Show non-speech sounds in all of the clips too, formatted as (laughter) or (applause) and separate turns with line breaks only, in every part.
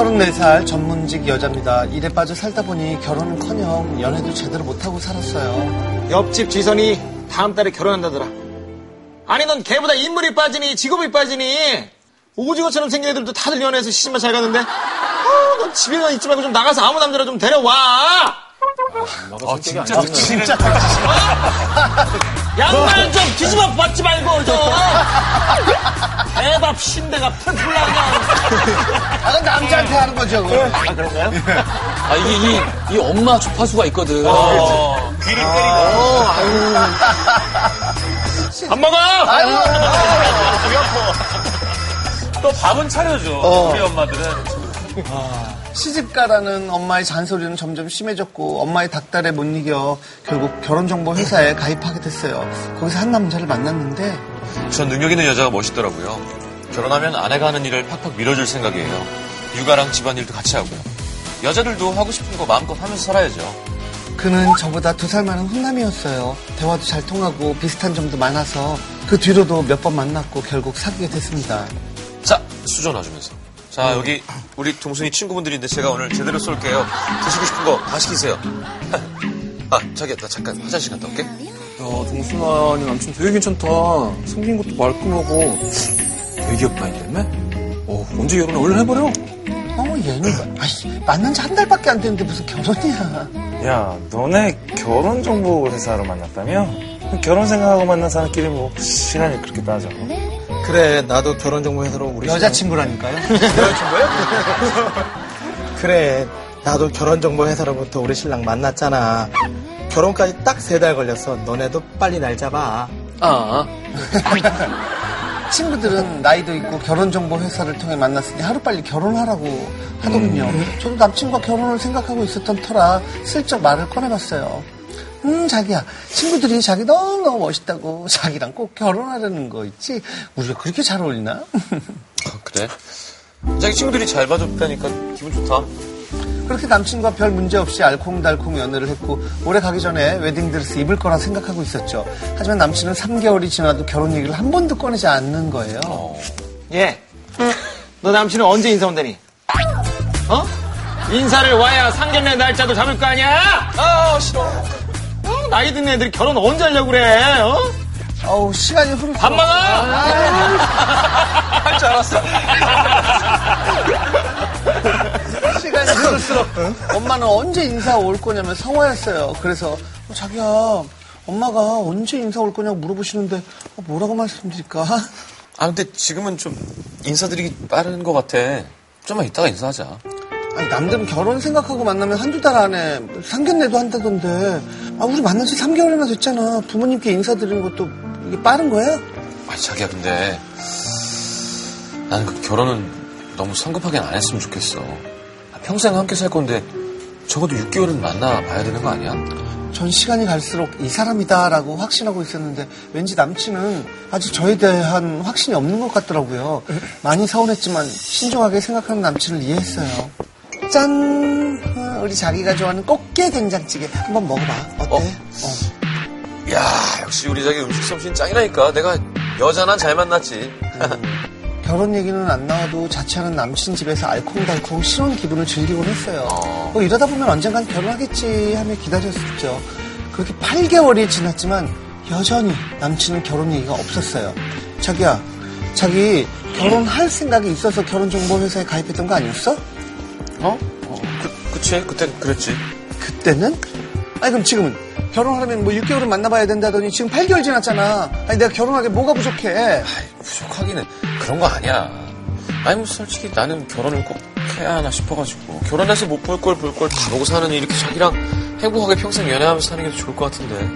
34살 전문직 여자입니다. 일에 빠져 살다 보니 결혼은커녕 연애도 제대로 못하고 살았어요.
옆집 지선이 다음 달에 결혼한다더라. 아니 넌 걔보다 인물이 빠지니 직업이 빠지니 오징어처럼 생긴 애들도 다들 연애해서 시집만 잘 갔는데 아, 넌 집에만 있지 말고 좀 나가서 아무 남자나 좀 데려와.
아, 진짜
진짜
양말 좀 뒤집어 벗지 말고 좀. 대밥 신대가 풀풀나가
아, 그건 남자한테 하는 거죠. 그건.
아, 이게 이, 이 엄마 주파수가 있거든. 어.
안 먹어.
아유,
또 밥은 차려줘.
어. 아.
우리 엄마들은.
시집가라는 엄마의 잔소리는 점점 심해졌고 엄마의 닭달에 못 이겨 결국 결혼정보 회사에 가입하게 됐어요. 거기서 한 남자를 만났는데
전 능력 있는 여자가 멋있더라고요. 결혼하면 아내가 하는 일을 팍팍 밀어줄 생각이에요. 육아랑 집안일도 같이 하고요. 여자들도 하고 싶은 거 마음껏 하면서 살아야죠.
그는 저보다 두 살 많은 훈남이었어요. 대화도 잘 통하고 비슷한 점도 많아서 그 뒤로도 몇 번 만났고 결국 사귀게 됐습니다.
자, 수저 놔주면서. 자, 여기 우리 동순이 친구분들인데 제가 오늘 제대로 쏠게요. 드시고 싶은 거 다 시키세요. (laughs) 아, 자기야, 나 잠깐 화장실 갔다 올게.
야, 동순아, 니 남친 되게 괜찮다. 생긴 것도 말끔하고. 되게 귀엽다, 이랬네? 어, 언제 결혼해? 얼른 해버려.
어, 얘는 아이씨, 만난 지 한 달밖에 안 됐는데 무슨 결혼이야.
야, 너네 결혼 정보 회사로 만났다며? 결혼 생각하고 만난 사람끼리 뭐 시간이 그렇게 따져.
그래 나도 결혼 정보 회사로 우리
여자친구라니까요.
그래 나도 결혼 정보 회사로부터 우리 신랑 만났잖아. 결혼까지 딱 세 달 걸렸어. 너네도 빨리 날 잡아. 어.
어,
아,
(laughs) 친구들은 나이도 있고 결혼정보 회사를 통해 만났으니 하루빨리 결혼하라고 하더군요. 저도 남친과 결혼을 생각하고 있었던 터라 슬쩍 말을 꺼내봤어요. 음, 자기야. 친구들이 자기 너무너무 멋있다고 자기랑 꼭 결혼하려는 거 있지? 우리가 그렇게 잘 어울리나?
아, 그래? 자기 친구들이 잘 봐줬다니까 기분 좋다.
그렇게 남친과 별 문제 없이 알콩달콩 연애를 했고 올해 가기 전에 웨딩드레스 입을 거라 생각하고 있었죠. 하지만 남친은 3개월이 지나도 결혼 얘기를 한 번도 꺼내지 않는 거예요.
예. 너 남친은 언제 인사 온다니? 어? 인사를 와야 상견례 날짜도 잡을 거 아니야? 아 싫어. 어, 나이 든 애들이 결혼 언제 하려고 그래? 어?
어우 시간이 흐르고
밥 먹어.
시간이 흐를수록 엄마는 언제 인사 올 거냐면 성화였어요. 그래서 어, 자기야 엄마가 언제 인사 올 거냐고 물어보시는데 어, 뭐라고 말씀드릴까?
아, 근데 지금은 좀 인사드리기 빠른 것 같아. 좀만 이따가 인사하자.
아니, 남들은 결혼 생각하고 만나면 한두 달 안에 상견례도 한다던데 아, 우리 만난 지 3개월이나 됐잖아. 부모님께 인사드리는 것도 이게 빠른 거야?
아니 자기야 근데 나는 그 결혼은 너무 성급하게 안 했으면 좋겠어 아, 평생 함께 살 건데 적어도 6개월은 만나 봐야 되는 거 아니야?
전 시간이 갈수록 이 사람이다라고 확신하고 있었는데 왠지 남친은 아직 저에 대한 확신이 없는 것 같더라고요. 많이 서운했지만 신중하게 생각하는 남친을 이해했어요. 짠! 아, 우리 자기가 좋아하는 꽃게 된장찌개 한번 먹어봐. 어때?
어? 야 역시 우리 자기 음식 솜씨는 짱이라니까 내가 여자난 잘 만났지
어. 결혼 얘기는 안 나와도 자취하는 남친 집에서 알콩달콩 신혼 기분을 즐기곤 했어요. 뭐 이러다 보면 언젠간 결혼하겠지 하며 기다렸었죠. 그렇게 8개월이 지났지만 여전히 남친은 결혼 얘기가 없었어요. 자기야, 자기 결혼할 생각이 있어서 결혼정보회사에 가입했던 거 아니었어?
어? 어 그, 그치 그땐 그랬지
그때는? 아니 그럼 지금은? 결혼하려면 뭐 6개월은 만나봐야 된다더니 지금 8개월 지났잖아. 아니 내가 결혼하게 뭐가 부족해?
아이, 부족하기는 그런 거 아니야 아니 뭐 솔직히 나는 결혼을 꼭 해야 하나 싶어가지고 결혼해서 못 볼 걸 볼 걸 다 보고 사는 이렇게 자기랑 행복하게 평생 연애하면서 사는 게 좋을 것 같은데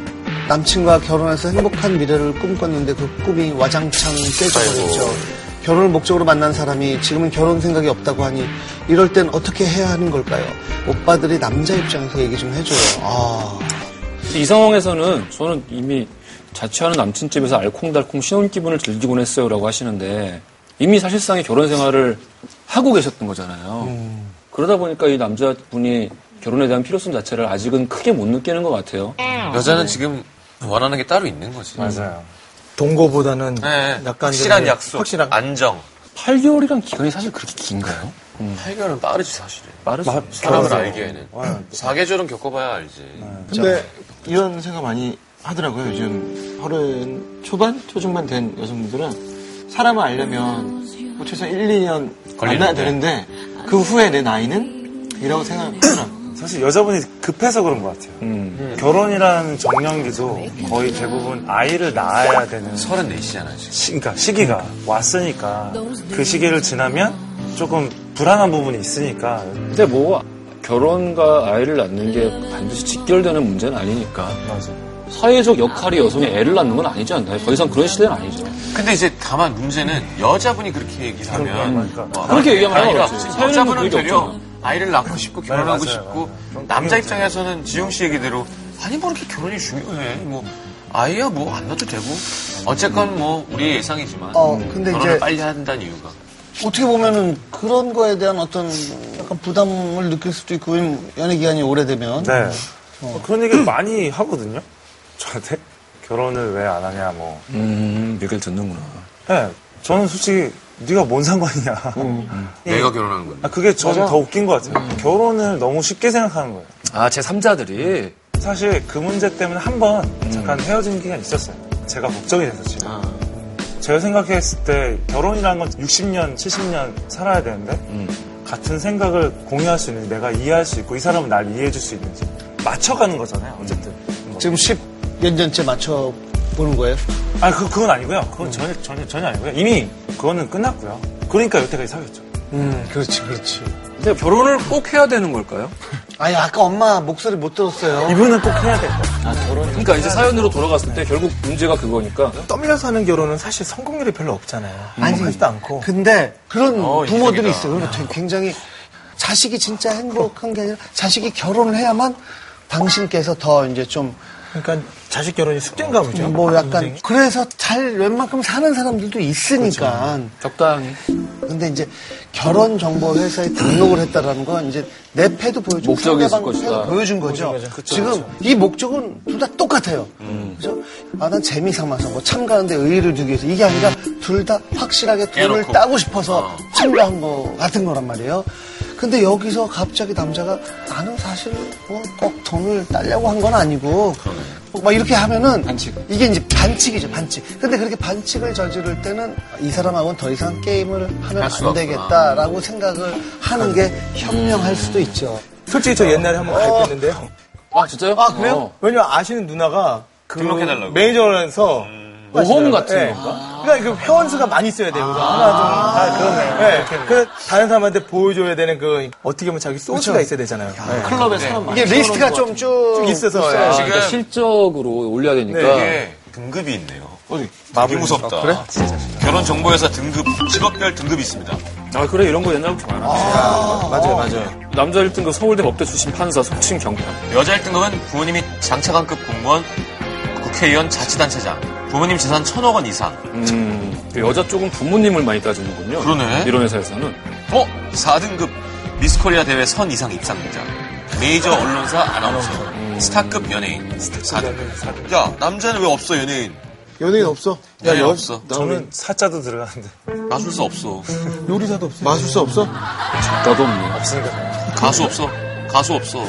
남친과 결혼해서 행복한 미래를 꿈꿨는데 그 꿈이 와장창 깨져버렸죠.
아이고.
결혼을 목적으로 만난 사람이 지금은 결혼 생각이 없다고 하니 이럴 땐 어떻게 해야 하는 걸까요? 오빠들이 남자 입장에서 얘기 좀 해줘요. 아,
근데 이 상황에서는 저는 이미 자취하는 남친집에서 알콩달콩 신혼 기분을 즐기곤 했어요라고 하시는데 이미 사실상의 결혼 생활을 하고 계셨던 거잖아요.
음.
그러다 보니까 이 남자분이 결혼에 대한 필요성 자체를 아직은 크게 못 느끼는 것 같아요.
여자는 지금 원하는 게 따로 있는 거지
맞아요.
동거보다는
네,
약간
확실한
이제
약속,
확실한.
안정.
8개월이란 기간이 사실 그렇게 긴가요?
8개월은 빠르지 사실은.
빠르죠.
사람을 알기에는. 사계절은 겪어봐야 알지.
근데 이런 생각 많이 하더라고요. 요즘 서른 초반, 초중반 된 여성분들은 사람을 알려면 뭐 최소한 1, 2년 걸려야 되는데 그 후에 내 나이는? 이라고 생각하더라고요.
사실 여자분이 급해서 그런 것 같아요.
음.
결혼이라는 정년기도 거의 대부분 아이를 낳아야 되는
34시잖아, 지금.
시, 그러니까 시기가
음.
왔으니까 그 시기를 지나면 조금 불안한 부분이 있으니까
근데 뭐 결혼과 아이를 낳는 게 반드시 직결되는 문제는 아니니까.
맞아.
사회적 역할이 여성이 애를 낳는 건 아니지 않나요? 더 이상 그런 시대는 아니죠.
근데 이제 다만 문제는 여자분이 그렇게 얘기를 하면
그러니까.
어,
그렇게 얘기하면
아니,
아니라
지금
사연은
여자분은
그게
되려
없잖아.
아이를 낳고 싶고 결혼하고
맞아요,
싶고 남자 입장에서는 지용 씨 얘기대로 아니 뭐 이렇게 결혼이 중요해 뭐 아이야 뭐 안 낳아도 되고 어쨌건 뭐 우리의 예상이지만
어, 근데
결혼을
이제-
빨리 한다는 이유가
어떻게 보면은 그런 거에 대한 어떤 약간 부담을 느낄 수도 있고 왜냐면 연애 기간이 오래되면
네. 그런 얘기를 많이 하거든요. 저한테 결혼을 왜 안 하냐 뭐.
음, 얘기를 듣는구나.
네. 저는 솔직히 네가 뭔 상관이냐.
음.
내가 결혼하는 거야.
아, 그게 저는 더 웃긴 것 같아요. 결혼을 너무 쉽게 생각하는 거예요.
아, 제 3자들이 음.
사실 그 문제 때문에 한 번 잠깐 헤어진 기간 있었어요. 제가 걱정이 돼서 지금.
아.
제가 생각했을 때 결혼이라는 건 60년, 70년 살아야 되는데
음.
같은 생각을 공유할 수 있는지 내가 이해할 수 있고 이 사람은 날 이해해 줄 수 있는지 맞춰가는 거잖아요. 어쨌든.
음.
뭐.
지금 10년 전째 맞춰 보는 거예요.
아니 그, 그건 아니고요. 그건
음.
전혀, 전혀, 전혀 아니고요. 이미 그거는 끝났고요. 그러니까 여태까지 사귀었죠.
음, 그렇지, 그렇지.
근데 결혼을 꼭 해야 되는 걸까요?
아니 아까 엄마 목소리 못 들었어요.
이분은 꼭 해야 될거요
그러니까 이제 사연으로 돌아갔을 때 결국 문제가 그거니까
떠밀려서 하는 결혼은 사실 성공률이 별로 없잖아요.
음.
행복하지도 않고.
근데 그런
어,
부모들이
이상이다.
있어요. 그리고 되게 굉장히 자식이 진짜 행복한 게 아니라 자식이 결혼을 해야만 당신께서 더 이제 좀
그러니까 자식 결혼이
어,
숙제인가 보죠.
아,
뭐 약간
인생이.
그래서 잘 웬만큼 사는 사람들도 있으니까
그렇죠. 적당히
근데 이제 결혼 정보 회사에 등록을 했다라는 건 이제 내 패도 보여주고
목적이 있을
상대방 패도
것이다.
보여준 거죠. 지금 이 목적은 둘 다 똑같아요. 그래서 아난 재미 삼아서 뭐 참가하는데 의의를 두기 위해서 이게 아니라 둘 다 확실하게 돈을
깨놓고.
따고 싶어서 참가한 거 같은 거란 말이에요. 근데 여기서 갑자기 남자가 나는 사실 뭐 꼭 돈을 따려고 한 건 아니고 막 이렇게 하면은
반칙.
이게 이제 반칙이죠 반칙. 근데 그렇게 반칙을 저지를 때는 이 사람하고는 더 이상 게임을 하면
수가
안
없구나.
되겠다라고 생각을 하는 게 현명할 수도 있죠.
솔직히 저 옛날에 한번 가입했는데요.
아 진짜요?
아, 그래요?
어.
왜냐면 아시는 누나가 그
등록해달라고.
매니저라서
모험 같은
예.
건가?
그러니까 그 회원 수가 많이 있어야 돼요. 그래서 하나 좀. 아, 그러네. 그 다른 사람한테 보여줘야 되는 그 어떻게 보면 자기 소스가 있어야 되잖아요. 예.
클럽에 사람 많이
이게 리스트가 좀 쭉
있어서 예.
아, 그러니까 실적으로 올려야 되니까
이게 등급이 있네요. 되게 무섭다. 음. 결혼 정보회사 등급 직업별 등급이 있습니다.
아 그래 이런 거 옛날부터 많아
맞아요, 맞아요.
남자 1등급 그 서울대 법대 출신 판사 속칭 경판
여자 1등급은 부모님이 장차관급 공무원, 국회의원, 자치단체장, 부모님 재산 천억 원 이상.
음, 여자 쪽은 부모님을 많이 따지는군요
그러네.
이런 회사에서는
어? 4등급 미스코리아 대회 선 이상 입상자. 메이저 언론사 아나운서. 스타급 연예인. 4등. 야, 남자는 왜 없어, 연예인?
연예인 없어?
연예인 없어.
저는 사자도 들어가는데.
마술사 없어.
요리사도 없어. 마술사 없어?
작가도 없네요
가수 없어. 가수 없어.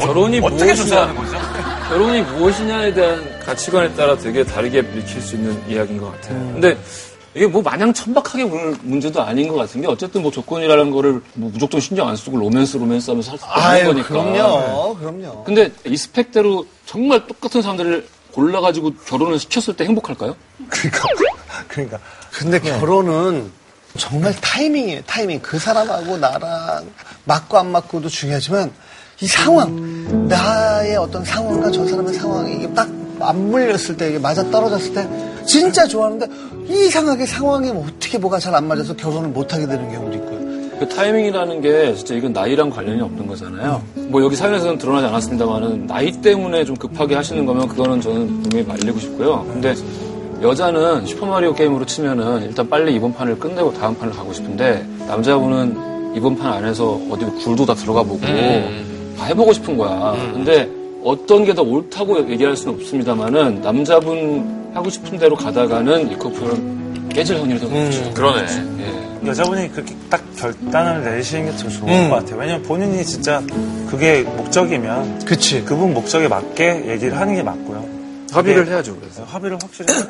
결혼이
어떻게
무엇이냐
조사하는 거죠?
결혼이 무엇이냐에 대한 가치관에 따라 되게 다르게 읽힐 수 있는 이야기인 것 같아요
음.
근데 이게 뭐 마냥 천박하게 보는 문제도 아닌 것 같은 게 어쨌든 뭐 조건이라는 거를 뭐 무조건 신경 안 쓰고 로맨스 로맨스 하면서 할 수 없는
아유
거니까
어, 그럼요,
네.
그럼요.
근데 이 스펙대로 정말 똑같은 사람들을 골라가지고 결혼을 시켰을 때 행복할까요?
그러니까. (laughs) 그러니까.
근데 결혼은 정말 타이밍이에요. 타이밍. 그 사람하고 나랑 맞고 안 맞고도 중요하지만 이 상황, 나의 어떤 상황과 저 사람의 상황이 이게 딱 맞물렸을 때, 이게 맞아 떨어졌을 때 진짜 좋아하는데 이상하게 상황이 뭐 어떻게 뭐가 잘 안 맞아서 결혼을 못 하게 되는 경우도 있고요.
그 타이밍이라는 게 진짜 이건 나이랑 관련이 없는 거잖아요. 뭐 여기 사연에서는 드러나지 않았습니다만은 나이 때문에 좀 급하게 하시는 거면 그거는 저는 분명히 말리고 싶고요. 근데 여자는 슈퍼마리오 게임으로 치면은 일단 빨리 이번 판을 끝내고 다음 판을 가고 싶은데 남자분은 이번 판 안에서 어디 굴도 다 들어가 보고 다 해보고 싶은 거야. 근데 어떤 게 더 옳다고 얘기할 수는 없습니다만은 남자분 하고 싶은 대로 가다가는 이 커플은 깨질 확률이 더 높죠.
그러네.
예.
여자분이 그렇게 딱 결단을 내리시는 게 더 좋은 것 같아요. 왜냐면 본인이 진짜 그게 목적이면
그치.
그분 목적에 맞게 얘기를 하는 게 맞고요. 네.
합의를 해야죠. 그래서.
합의를 확실히 해야